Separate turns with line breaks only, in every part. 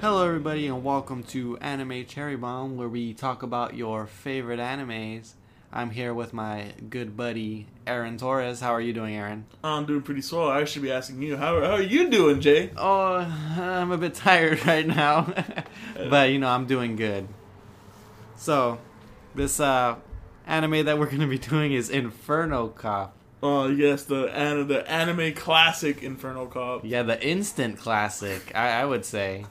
Hello, everybody, and welcome to Anime Cherry Bomb, where we talk about your favorite animes. I'm here with my good buddy Aaron Torres. How are you doing, Aaron?
I'm doing pretty swell. I should be asking you, how, how are you doing, Jay?
Oh, I'm a bit tired right now, but you know I'm doing good. So, this uh, anime that we're gonna be doing is Inferno Cop.
Oh, yes, the an- the anime classic Inferno Cop.
Yeah, the instant classic, I, I would say.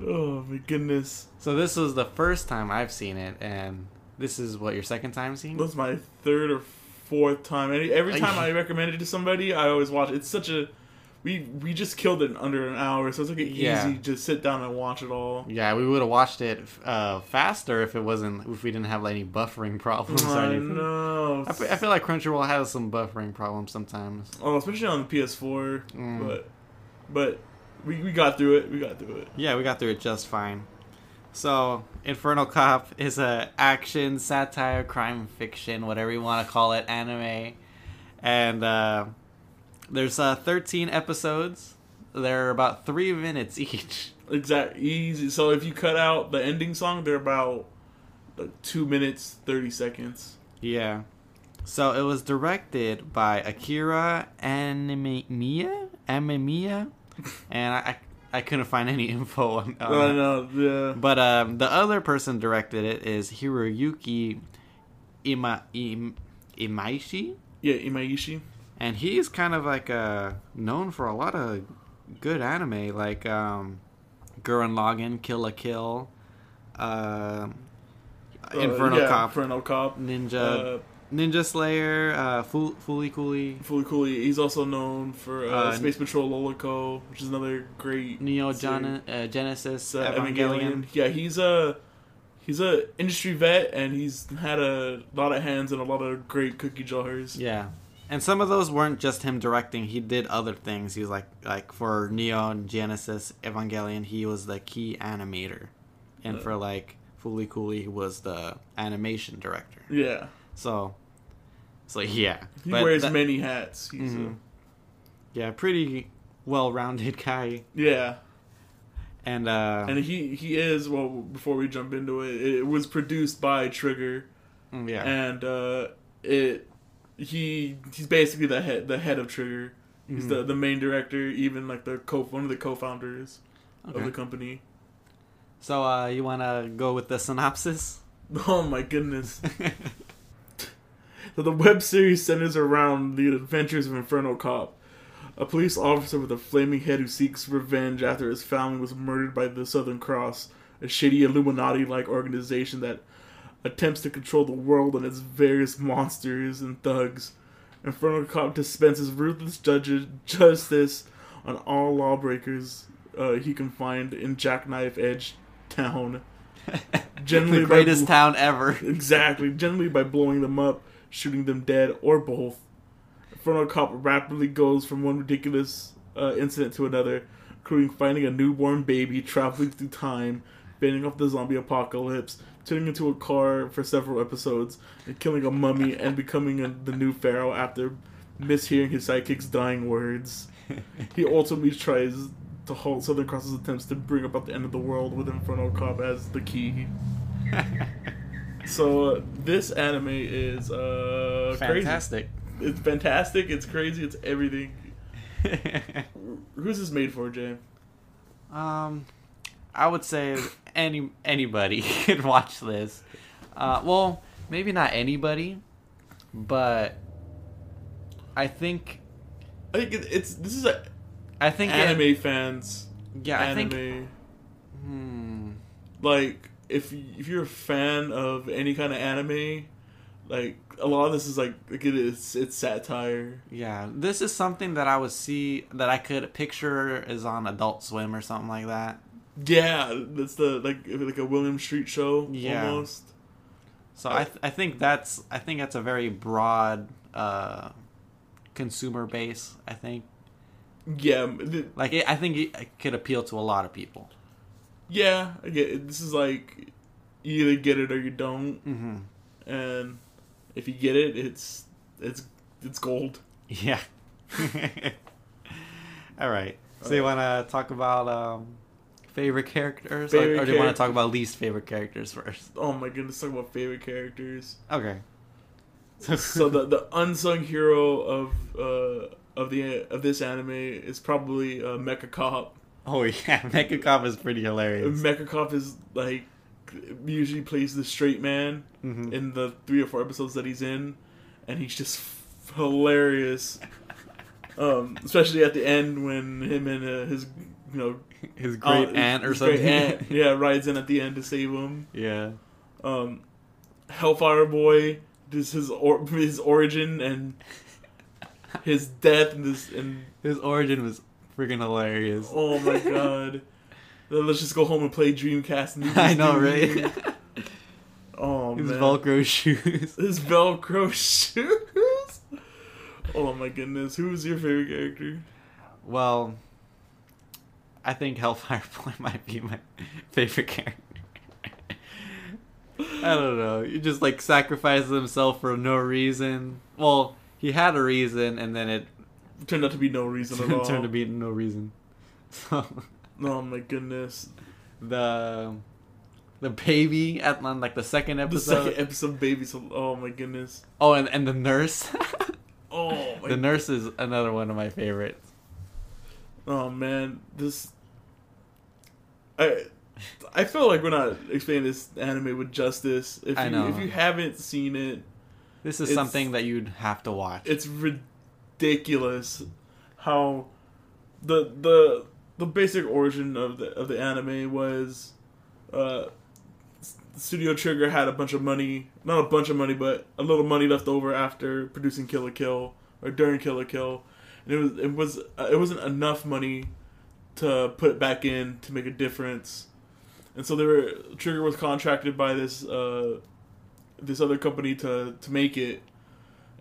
Oh, my goodness.
So this was the first time I've seen it, and this is what your second time seeing. it?
That's my third or fourth time. Any, every time I recommend it to somebody, I always watch it. It's such a. We, we just killed it in under an hour, so it's like an
Yeah.
easy just sit down and watch it all.
Yeah, we would have watched it uh, faster if it wasn't if we didn't have like, any buffering problems or
I
anything.
know.
I, fe- I feel like Crunchyroll has some buffering problems sometimes.
oh, especially on the PS4.
Mm.
But but we, we got through it. We got through it.
Yeah, we got through it just fine. So, Infernal Cop is a action, satire, crime fiction, whatever you want to call it, anime. And uh, there's uh, 13 episodes. They're about three minutes each.
Exact easy. So if you cut out the ending song, they're about like two minutes thirty seconds.
Yeah. So it was directed by Akira Animiya, Animiya, and I, I I couldn't find any info on. on
I
it.
know. Yeah.
But um, the other person directed it is Hiroyuki Ima, Im, Imaishi,
Yeah. Imaishi.
and he's kind of like uh, known for a lot of good anime, like um, Gurren Lagann, Kill a Kill, uh,
Uh,
Inferno
yeah,
Cop,
Inferno Cop.
Ninja
Uh,
Ninja Slayer, uh, Fool, Fooly Cooly,
Fooly Cooley. He's also known for uh,
Uh,
Space Patrol Lolico, which is another great
Neo
series.
Gen- uh, Genesis,
Uh,
Evangelion.
Evangelion. Yeah, he's a he's a industry vet, and he's had a lot of hands and a lot of great cookie jars.
Yeah. And some of those weren't just him directing. He did other things. He was like like for Neo Genesis Evangelion, he was the key animator. And for
Uh.
like Fooly Cooly, he was the animation director.
Yeah.
So so yeah.
He
But
wears
that-
many hats. He's
Mhm.
a,
yeah, pretty well-rounded guy.
yeah.
And uh
and he he is well before we jump into it it was produced by trigger
mm, yeah.
and uh it he he's basically the head the head of trigger he's the
Mm-hmm.
the main director even like the co one of the co-founders of
Okay.
the company
So uh you want to go with the synopsis?
oh my goodness So the web series centers around the adventures of Inferno Cop, a police officer with a flaming head who seeks revenge after his family was murdered by the Southern Cross, a shady Illuminati like organization that attempts to control the world and its various monsters and thugs. Inferno Cop dispenses ruthless judges justice on all lawbreakers uh, he can find in Jackknife Edge Town. Generally
the
by
greatest
bl-
town ever.
Exactly. Generally by blowing them up, shooting them dead, or both. Inferno Cop rapidly goes from one ridiculous uh, incident to another, including finding a newborn baby traveling through time, fending off the zombie apocalypse, turning into a car for several episodes, and killing a mummy and becoming a, the new pharaoh after mishearing his sidekick's dying words. He ultimately tries to halt Southern Cross's attempts to bring about the end of the world with Inferno Cop as the key. So uh, this anime is uh
Fantastic.
crazy. It's fantastic. It's crazy. It's everything. Who's this made for, Jay?
Um, I would say any anybody could watch this. Uh, well, maybe not anybody, but I think
I think it, it's this is a
I think it-
anime fans.
yeah, I
anime.
think. Hmm,
Like if y- if you're a fan of any kind of anime, like a lot of this is like, like it is it's satire.
yeah, this is something that I would see that I could picture is on Adult Swim or something like that.
Yeah, that's the like like a William Street show
Yeah.
almost.
So I th- I think that's I think that's a very broad uh, consumer base. I think
Yeah, th-
like it, I think it could appeal to a lot of people.
yeah. I get it. this is like you either get it or you don't.
Mm-hmm.
and if you get it, it's it's it's gold.
Yeah. All right. So you want to talk about um, favorite characters?
Favorite
or, or do you want
character-
to talk about least favorite characters first?
Oh my goodness, talk about favorite characters.
Okay.
so the the unsung hero of uh of the of this anime is probably uh, Mecha Cop.
Oh yeah, Mecha Cop is pretty hilarious.
Mecha Cop is like usually plays the straight man
Mhm.
in the three or four episodes that he's in, and he's just f- hilarious. Um, especially at the end when him and uh, his you know
His great
uh,
aunt or
his great
something.
aunt, yeah rides in at the end to save him.
yeah.
um, Hellfire Boy, this his or- his origin and his death and this and
His origin was freaking hilarious.
oh my god. Then Let's just go home and play Dreamcast. And
I know,
Disney.
right?
Oh
His
man,
Velcro shoes.
his Velcro shoes. Oh my goodness, who's your favorite character?
Well, I think Hellfire Boy might be my favorite character. I don't know. He just like sacrifices himself for no reason. Well, he had a reason, and then it
Turned out to be no reason at all.
turned to be no reason. So
Oh my goodness,
the the baby at on like the second
the
episode.
second episode, baby. So, oh my goodness.
Oh, and and the nurse.
Oh my
the nurse is another one of my favorites.
Oh man, this I I feel like we're not explaining this anime with justice. If you
I know.
if you haven't seen it,
This is
It's-
something that you'd have to watch.
it's ridiculous how the the the basic origin of the of the anime was uh S- Studio Trigger had a bunch of money, not a bunch of money, but a little money left over after producing Kill a Kill or during Kill a Kill, and it was it was uh, it wasn't enough money to put back in to make a difference, and so they were Trigger was contracted by this uh, this other company to to make it,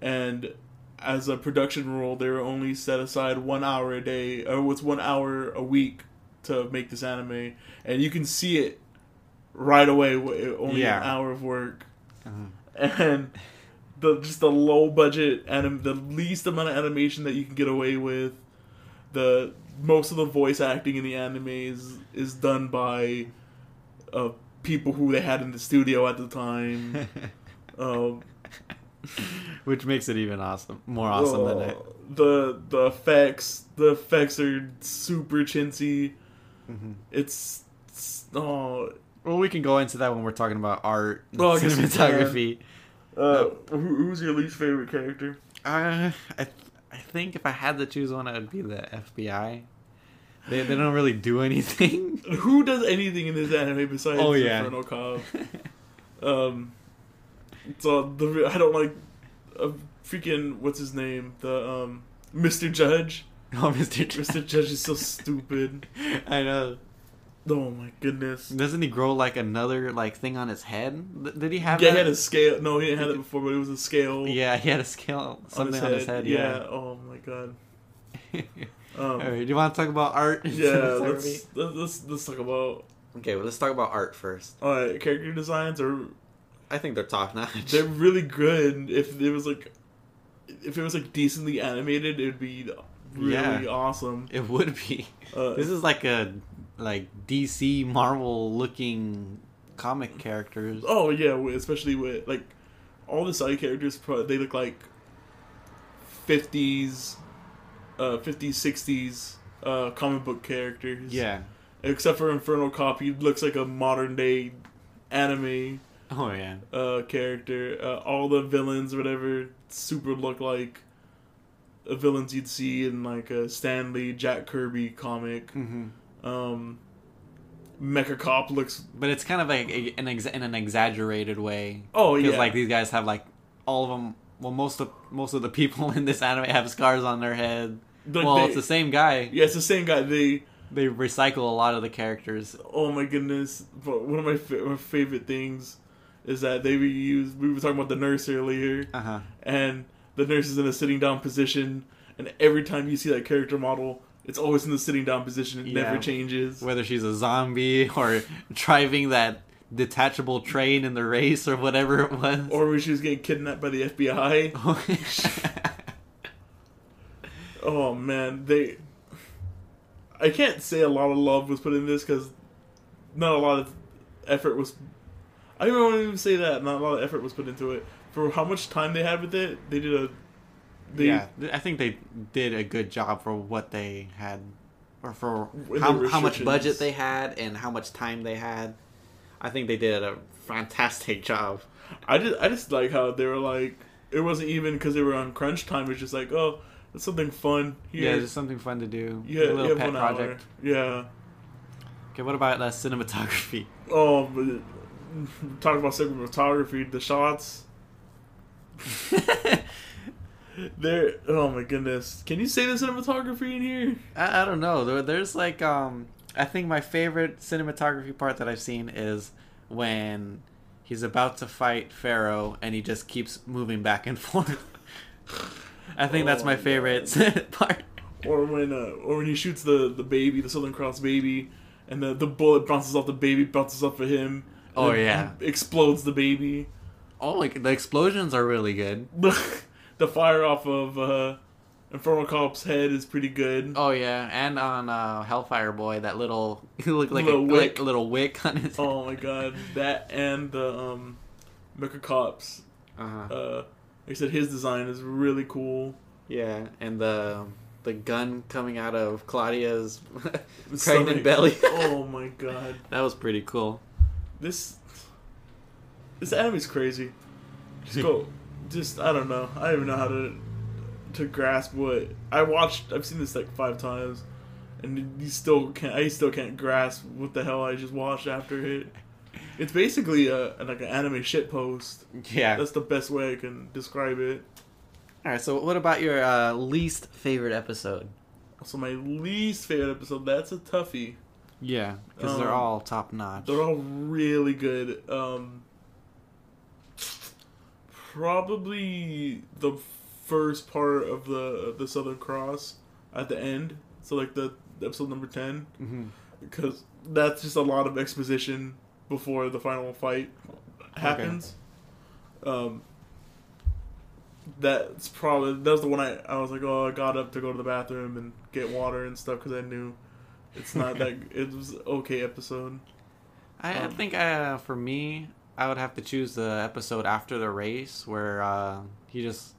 and as a production rule, they were only set aside one hour a day, or was one hour a week to make this anime, and you can see it right away. w- Only
Yeah.
an hour of work,
Mhm.
and the just the low budget anim, the least amount of animation that you can get away with. The most of the voice acting in the anime is is done by uh, people who they had in the studio at the time. um,
Which makes it even awesome, more awesome than it.
Oh, The the effects the effects are super chintzy.
Mhm.
It's, it's oh
Well, we can go into that when we're talking about art, and
Well, I guess we
cinematography.
uh, who, who's your least favorite character?
Uh, I, th- I think if I had to choose one, it would be the FBI. They, they don't really do anything.
Who does anything in this anime besides
Oh, yeah.
Inferno Cobb? Um, so the I don't like uh, freaking what's his name the um Mr. Judge.
oh, Mr. Tr-
Mr. Judge is so stupid.
I know.
Oh my goodness.
Doesn't he grow like another like thing on his head? Th- did he have?
Yeah, he
that?
had a scale. No, he didn't have that before, but it was a scale.
Yeah, he had a scale something on his head. yeah.
Oh my god.
All
Um,
right. Do you want to talk about art? and
Yeah.
cinematography?
let's, let's let's let's talk about
Okay, well, let's talk about art first.
all right. Character designs are
I think they're top notch.
they're really good. If it was like if it was like decently animated, it'd be really
Yeah.
awesome.
It would be.
Uh,
This is like a like DC Marvel looking comic characters.
oh yeah, wi- especially with like all the side characters, pro- they look like fifties, uh, fifties, sixties. Uh, comic book characters.
Yeah.
Except for Infernal Cop, he looks like a modern day anime
Oh yeah.
uh, character. Uh, all the villains, or whatever, super look like the villains you'd see in like a Stanley Jack Kirby comic.
hmm
Um, Mecha Cop looks.
But it's kind of like a- an ex- in an exaggerated way.
Oh
because
yeah,
like these guys have like all of them. Well, most of most of the people in this anime have scars on their head.
Like,
well,
they-
it's the same guy.
yeah, it's the same guy. They.
They recycle a lot of the characters.
Oh my goodness! But one of my, fa- my favorite things is that they reuse. We were talking about the nurse earlier.
Uh huh.
and the nurse is in a sitting down position and every time you see that character model it's always in the sitting down position it
Yeah.
never changes
Whether she's a zombie or driving that detachable train in the race or whatever it was.
or when she was getting kidnapped by the fbi oh man they i can't say a lot of love was put in this because not a lot of effort was. I don't even want to even say that. Not a lot of effort was put into it. For how much time they had with it, they did a. They,
yeah, th- I think they did a good job for what they had, or for
With
how,
the
how much budget
restrictions.
they had and how much time they had. I think they did a fantastic job.
I just I just like how they were like it wasn't even because they were on crunch time. It was just like oh, that's something fun.
Yeah,
Here,
just something fun to do.
you ha-
a
you
little
have
pet
one hour.
project.
Yeah.
Okay, what about uh, cinematography?
Oh, but talk about cinematography. The shots. There. Oh my goodness. Can you say the cinematography in here?
I, I don't know. There, there's like um, I think my favorite cinematography part that I've seen is when he's about to fight Pharaoh and he just keeps moving back and forth. I think that's
Oh
my
my
favorite part.
Or when uh, or when he shoots the the baby, the Southern Cross baby, and the the bullet bounces off the baby, bounces off of him. and
Oh,
then
yeah.
Explodes the baby.
Oh my! The explosions are really good.
the the fire off of uh, Infernal Cop's head is pretty good.
Oh yeah, and on uh, Hellfire Boy, that little he looked like
Little
a
wick.
Like, a little wick on his.
Oh my god, that and the um, Mecha Cop's.
Uh-huh.
Uh, like I said, his design is really cool.
Yeah, and the the gun coming out of Claudia's pregnant
Stomach.
belly.
oh my god,
that was pretty cool.
this this anime's crazy. Just go, just I don't know. I don't even know how to to grasp what I watched. I've seen this like five times, and you still can't. I still can't grasp what the hell I just watched after it. It's basically a like an anime shit post.
Yeah.
That's the best way I can describe it.
All right. So, what about your uh, least favorite episode?
So my least favorite episode. That's a toughie.
Yeah, because
Um,
they're all top notch.
They're all really good. Um, probably the first part of the the Southern Cross at the end. So like the episode number ten,
Mhm.
because that's just a lot of exposition before the final fight happens. Um, that's probably that was the one I I was like oh I got up to go to the bathroom and get water and stuff because I knew. It's not that it was okay episode.
I, I
um,
think uh, for me, I would have to choose the episode after the race where uh, he just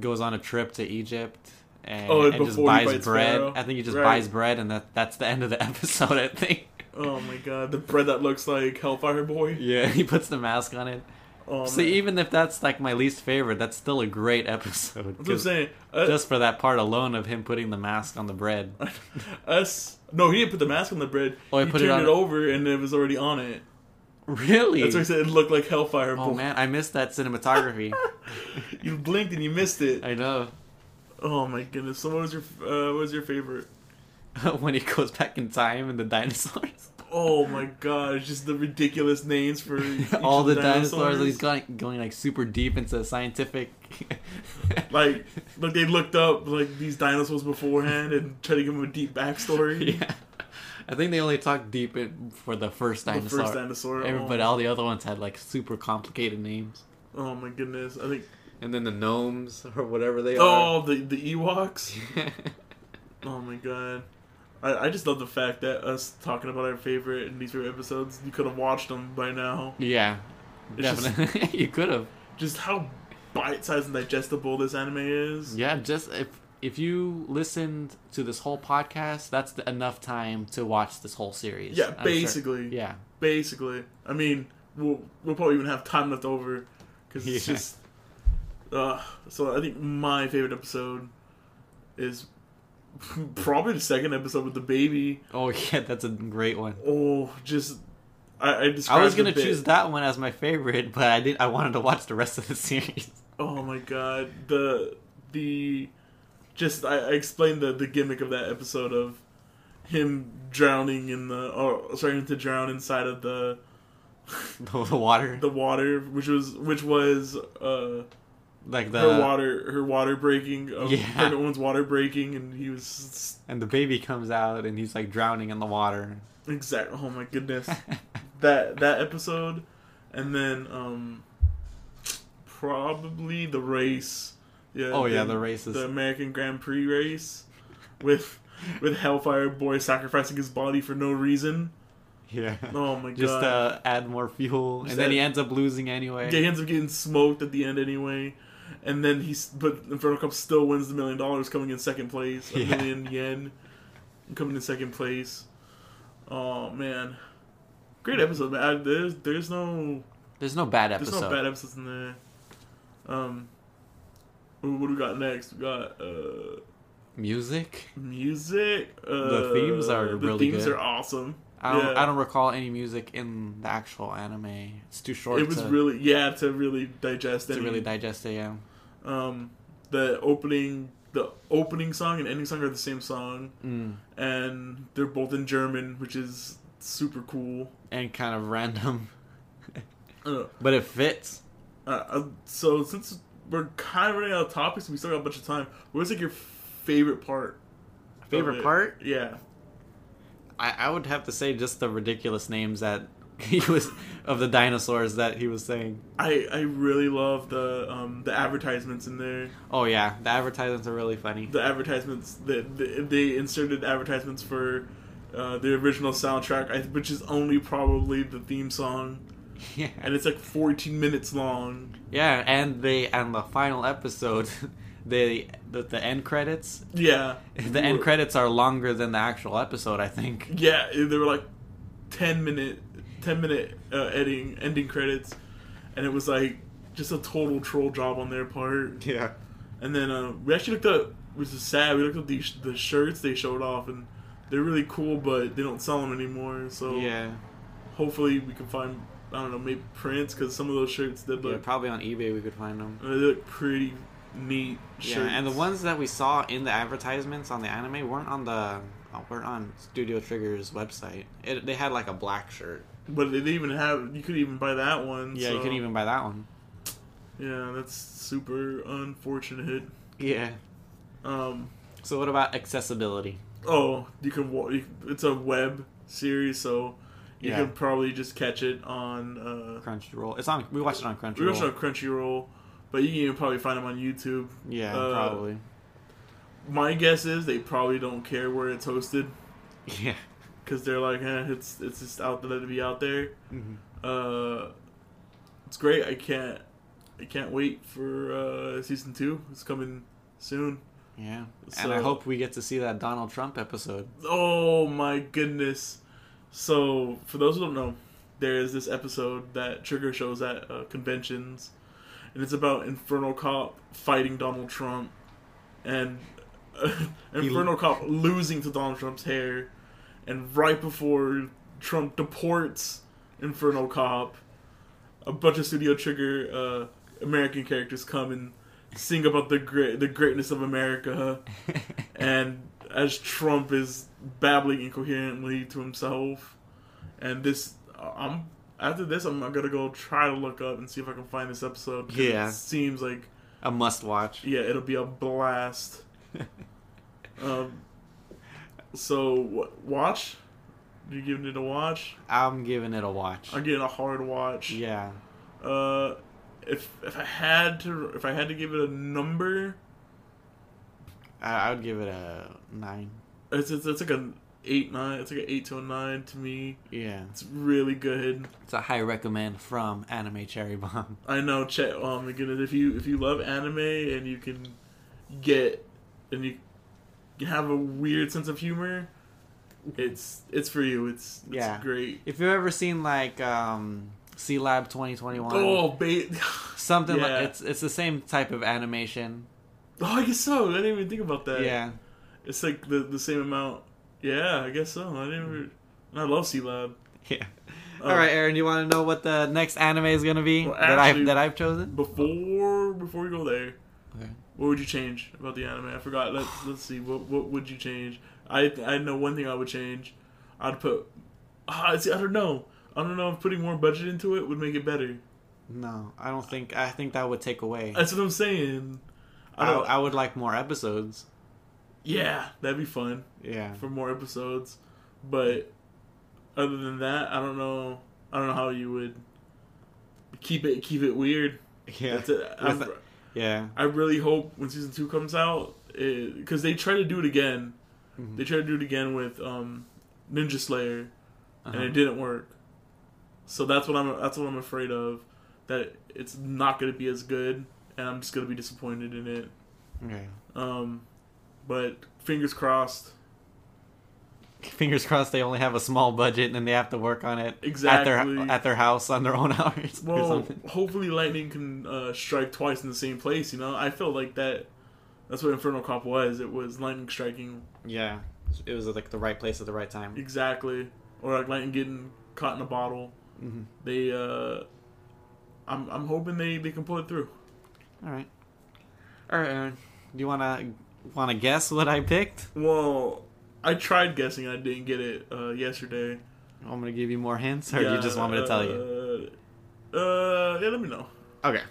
goes on a trip to Egypt and,
Oh,
and just
before he
buys
fights
bread.
Pharaoh.
I think he just
Right.
buys bread, and that that's the end of the episode. I think.
Oh my god, the bread that looks like Hellfire Boy.
Yeah, he puts the mask on it.
Oh,
See,
man.
even if that's like my least favorite, that's still a great episode.
That's what I'm
'cause
saying. Uh,
just for that part alone of him putting the mask on the bread.
us. No, he didn't put the mask on the bread.
Oh, he
he
put it
turned
on-
it, over and it was already on it.
Really?
That's why he said it looked like Hellfire
Oh
Boy.
man, I missed that cinematography.
You blinked and you missed it.
I know.
Oh my goodness. So what was your uh, what was your favorite?
when he goes back in time and the dinosaurs.
Oh my gosh, just the ridiculous names for each
All
of
the dinosaurs, he's going, going like super deep into scientific.
Like, like they looked up like these dinosaurs beforehand and tried to give them a deep backstory.
yeah. I think they only talked deep in, for the first
The
dinosaur.
first dinosaur. oh,
Everybody, all the other ones had like super complicated names.
oh my goodness, I think.
And then the gnomes or whatever they
Oh, the the Ewoks.
are.
Oh my god. I, I just love the fact that us talking about our favorite and least favorite episodes, you could have watched them by now.
yeah.
It's just-
definitely. you could have.
Just how bite sized and digestible this anime is.
Yeah, just if if you listened to this whole podcast, that's the, enough time to watch this whole series.
Yeah,
I'm sure.
basically.
Yeah.
Basically. I mean, we'll, we'll probably even have time left over because it's
Yeah.
just. Uh, so I think my favorite episode is probably the second episode with the baby.
Oh yeah, that's a great one.
Oh, just. I, I,
I was
described
gonna
the bit-
choose that one as my favorite, but I didn't. I wanted to watch the rest of the series.
Oh my god, the the just I, I explained the the gimmick of that episode of him drowning in the or starting to drown inside of the
The, the water,
the water, which was which was uh
like the
her water her water breaking, um,
Yeah.
pregnant woman's water breaking, and he was s-
and the baby comes out and he's like drowning in the water.
s- exact. Oh my goodness, that that episode, and then um probably the race. Yeah.
oh yeah,
then-
the races.
the American Grand Prix race with with Hellfire Boy sacrificing his body for no reason.
Yeah.
Oh my
Just
god.
to add more fuel,
Just
and then he
add-
ends up losing anyway.
Yeah, he ends up getting smoked at the end anyway. And then he's but Inferno Cup still wins the million dollars, coming in second place, a
Yeah.
million yen, coming in second place. Oh man, great episode, man. I, there's there's no
There's no bad
there's
episode.
no bad episodes in there. Um, ooh, what do we got next? We got uh
Music.
music. Uh,
The themes are
the
really
themes
good.
are awesome.
I don't,
Yeah.
I don't recall any music in the actual anime. It's too short.
it was
to,
really yeah to really digest.
to
any-
really digest it. Yeah.
um, the opening the opening song and ending song are the same song
Mm.
and they're both in german which is super cool
And kind of random,
uh,
but it fits.
uh, so since we're kind of running out of topics we still got a bunch of time what's like your favorite part of
Favorite
it?
part?
Oh, yeah
I, I would have to say just the ridiculous names that he was of the dinosaurs that he was saying.
i i really love the um the advertisements in there
Oh yeah, the advertisements are really funny.
the advertisements that the, they inserted advertisements for uh, the original soundtrack I- which is only probably the theme song
Yeah.
and it's like 14 minutes long.
Yeah, and they and the final episode, they the, the end credits.
Yeah,
The end credits are longer than the actual episode, I think.
Yeah, they were like 10 minute, 10 minute uh, ending ending credits, and it was like just a total troll job on their part.
Yeah.
And then uh, we actually looked up, which is sad. We looked up the the shirts they showed off, and they're really cool, but they don't sell them anymore. So
Yeah.
hopefully we can find I don't know maybe prints because some of those shirts did
yeah.
look
Probably on eBay we could find them.
they look pretty neat. Shirts.
Yeah, and the ones that we saw in the advertisements on the anime weren't on the uh, weren't on Studio Trigger's website. It, they had like a black shirt.
but they didn't even have you could even buy that one.
Yeah, you
so-
could even buy that one.
Yeah, that's super unfortunate.
Yeah.
Um,
So what about accessibility?
oh, you can wa- you, it's a web series, so you
Yeah.
can probably just catch it on. Uh,
Crunchyroll. It's on. We watched it on Crunchyroll.
we also have Crunchyroll, but you can even probably find them on YouTube.
yeah,
uh,
probably.
My guess is they probably don't care where it's hosted
Yeah.
because they're like, eh, it's it's just out there to be out there.
Mhm.
Uh, it's great. I can't I can't wait for uh, season two. It's coming soon.
Yeah. and I
So-
hope we get to see that Donald Trump episode.
Oh my goodness. So, for those who don't know, there is this episode that Trigger shows at uh, conventions, and it's about Infernal Cop fighting Donald Trump, and uh, Infernal Cop losing to Donald Trump's hair, and right before Trump deports Infernal Cop, a bunch of Studio Trigger uh, American characters come and sing about the great the greatness of America and as Trump is babbling incoherently to himself, and this, I'm after this, I'm gonna go try to look up and see if I can find this episode. 'cause
Yeah.
it seems like
A must watch.
yeah, it'll be a blast. um, so w- watch. You giving it a watch?
I'm giving it a watch.
I'm getting a hard watch.
Yeah.
Uh, if if I had to if I had to give it a number,
I, I would give it a nine.
it's it's, it's like an eight nine. It's like an eight to a nine to me.
Yeah.
It's really good.
It's a high recommend from Anime Cherry Bomb.
I know. Check. Oh my goodness! If you if you love anime and you can get and you have a weird sense of humor, it's it's for you. It's, it's
Yeah.
great.
If you've ever seen like um C Lab 2021,
Oh, bait.
something
yeah.
like it's it's the same type of animation.
Oh, I guess so. I didn't even think about that.
yeah.
It's like the the same amount. Yeah, I guess so. I never. And I love C Lab.
Yeah. All right, Aaron, you want to know what the next anime is going to be
Well,
that I
actually-
that I've chosen?
Before before we go there,
Okay.
what would you change about the anime? I forgot. Let's let's see. What what would you change? I I know one thing I would change. I'd put. Ah, see, I don't know. I don't know if putting more budget into it would make it better.
No, I don't think I think that would take away.
That's what I'm saying. I
I,
don't,
I would like more episodes.
yeah, that'd be fun
Yeah.
for more episodes. But other than that, I don't know. I don't know how you would keep it keep it weird.
Yeah.
That's it. I'm-
With- yeah.
I really hope when season two comes out, because they try to do it again.
Mhm.
They try to do it again with um, Ninja Slayer,
Uh-huh.
and it didn't work. So that's what I'm that's what I'm afraid of, that it's not going to be as good, and I'm just going to be disappointed in it.
Okay.
Um, but fingers crossed.
Fingers crossed they only have a small budget and they have to work on it at
Exactly.
their at their house on their own hours or
Well,
something.
hopefully lightning can uh, strike twice in the same place. You know, I felt like that. That's what Infernal Cop was. It was lightning striking
Yeah. It was like the right place at the right time.
exactly, or like lightning getting caught in a bottle.
Mhm.
They, uh, I'm, I'm hoping they they can pull it through.
All right. All right, Aaron. Do you want to want to guess what I picked?
Well, I tried guessing. I didn't get it uh, yesterday.
I'm going to give you more hints or do you just want me to tell you?
Uh, uh, yeah, let me know.
Okay.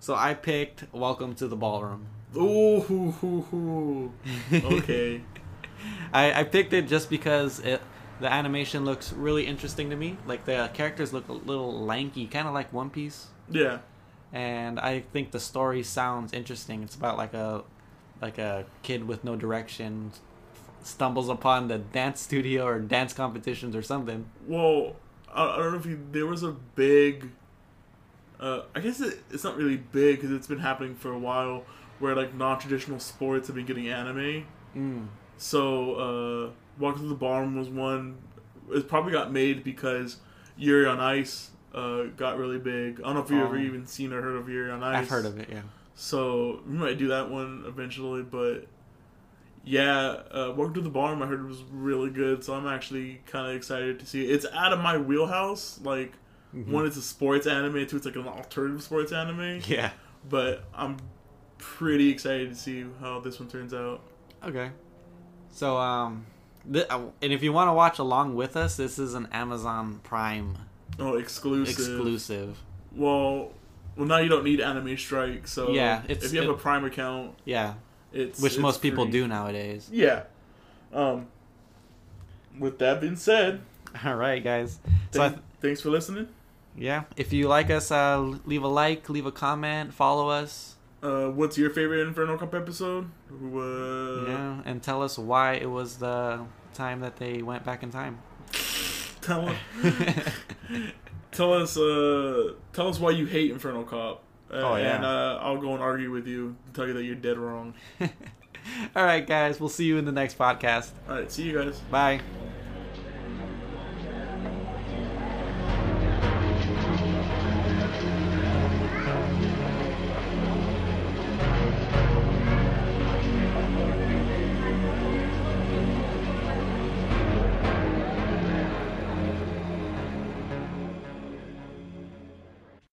So I picked Welcome to the Ballroom.
Ooh, hoo, hoo, hoo. okay.
I, I picked it just because it, the animation looks really interesting to me. Like the characters look a little lanky, kind of like One Piece,
yeah.
and I think the story sounds interesting. It's about like a like a kid with no direction stumbles upon the dance studio or dance competitions or something.
Well, I, I don't know if you, there was a big. Uh, I guess it, it's not really big because it's been happening for a while, where like non-traditional sports have been getting anime.
Mm.
So, uh, Walk to the Ballroom was one. It probably got made because Yuri on Ice uh, got really big. I don't know if you've ever
Oh.
even seen or heard of Yuri on Ice.
I've heard of it. Yeah.
So we might do that one eventually, but yeah, uh, Welcome to the Barn. I heard it was really good, so I'm actually kind of excited to see it. It's out of my wheelhouse. Like
Mm-hmm.
one, it's a sports anime. Two, it's like an alternative sports anime.
Yeah.
But I'm pretty excited to see how this one turns out.
Okay. So um, th- and if you want to watch along with us, this is an Amazon Prime
Oh, exclusive.
exclusive.
Well, well, now you don't need Anime Strike. So
Yeah, it's-
if you have
it-
a Prime account,
Yeah,
it's
which
it's
most people
free.
do nowadays.
Yeah. Um. With that being said.
All right, guys. So I
Thank-
th-
thanks for listening.
yeah, if you like us, uh, leave a like, leave a comment, follow us,
Uh, what's your favorite Inferno Cup episode? Uh,
yeah, and tell us why it was the time that they went back in time.
Tell us, tell us, uh, tell us why you hate Inferno Cop. Uh,
Oh, yeah.
And uh, I'll go and argue with you and tell you that you're dead wrong.
All right, guys. We'll see you in the next podcast.
All right, see you guys.
Bye.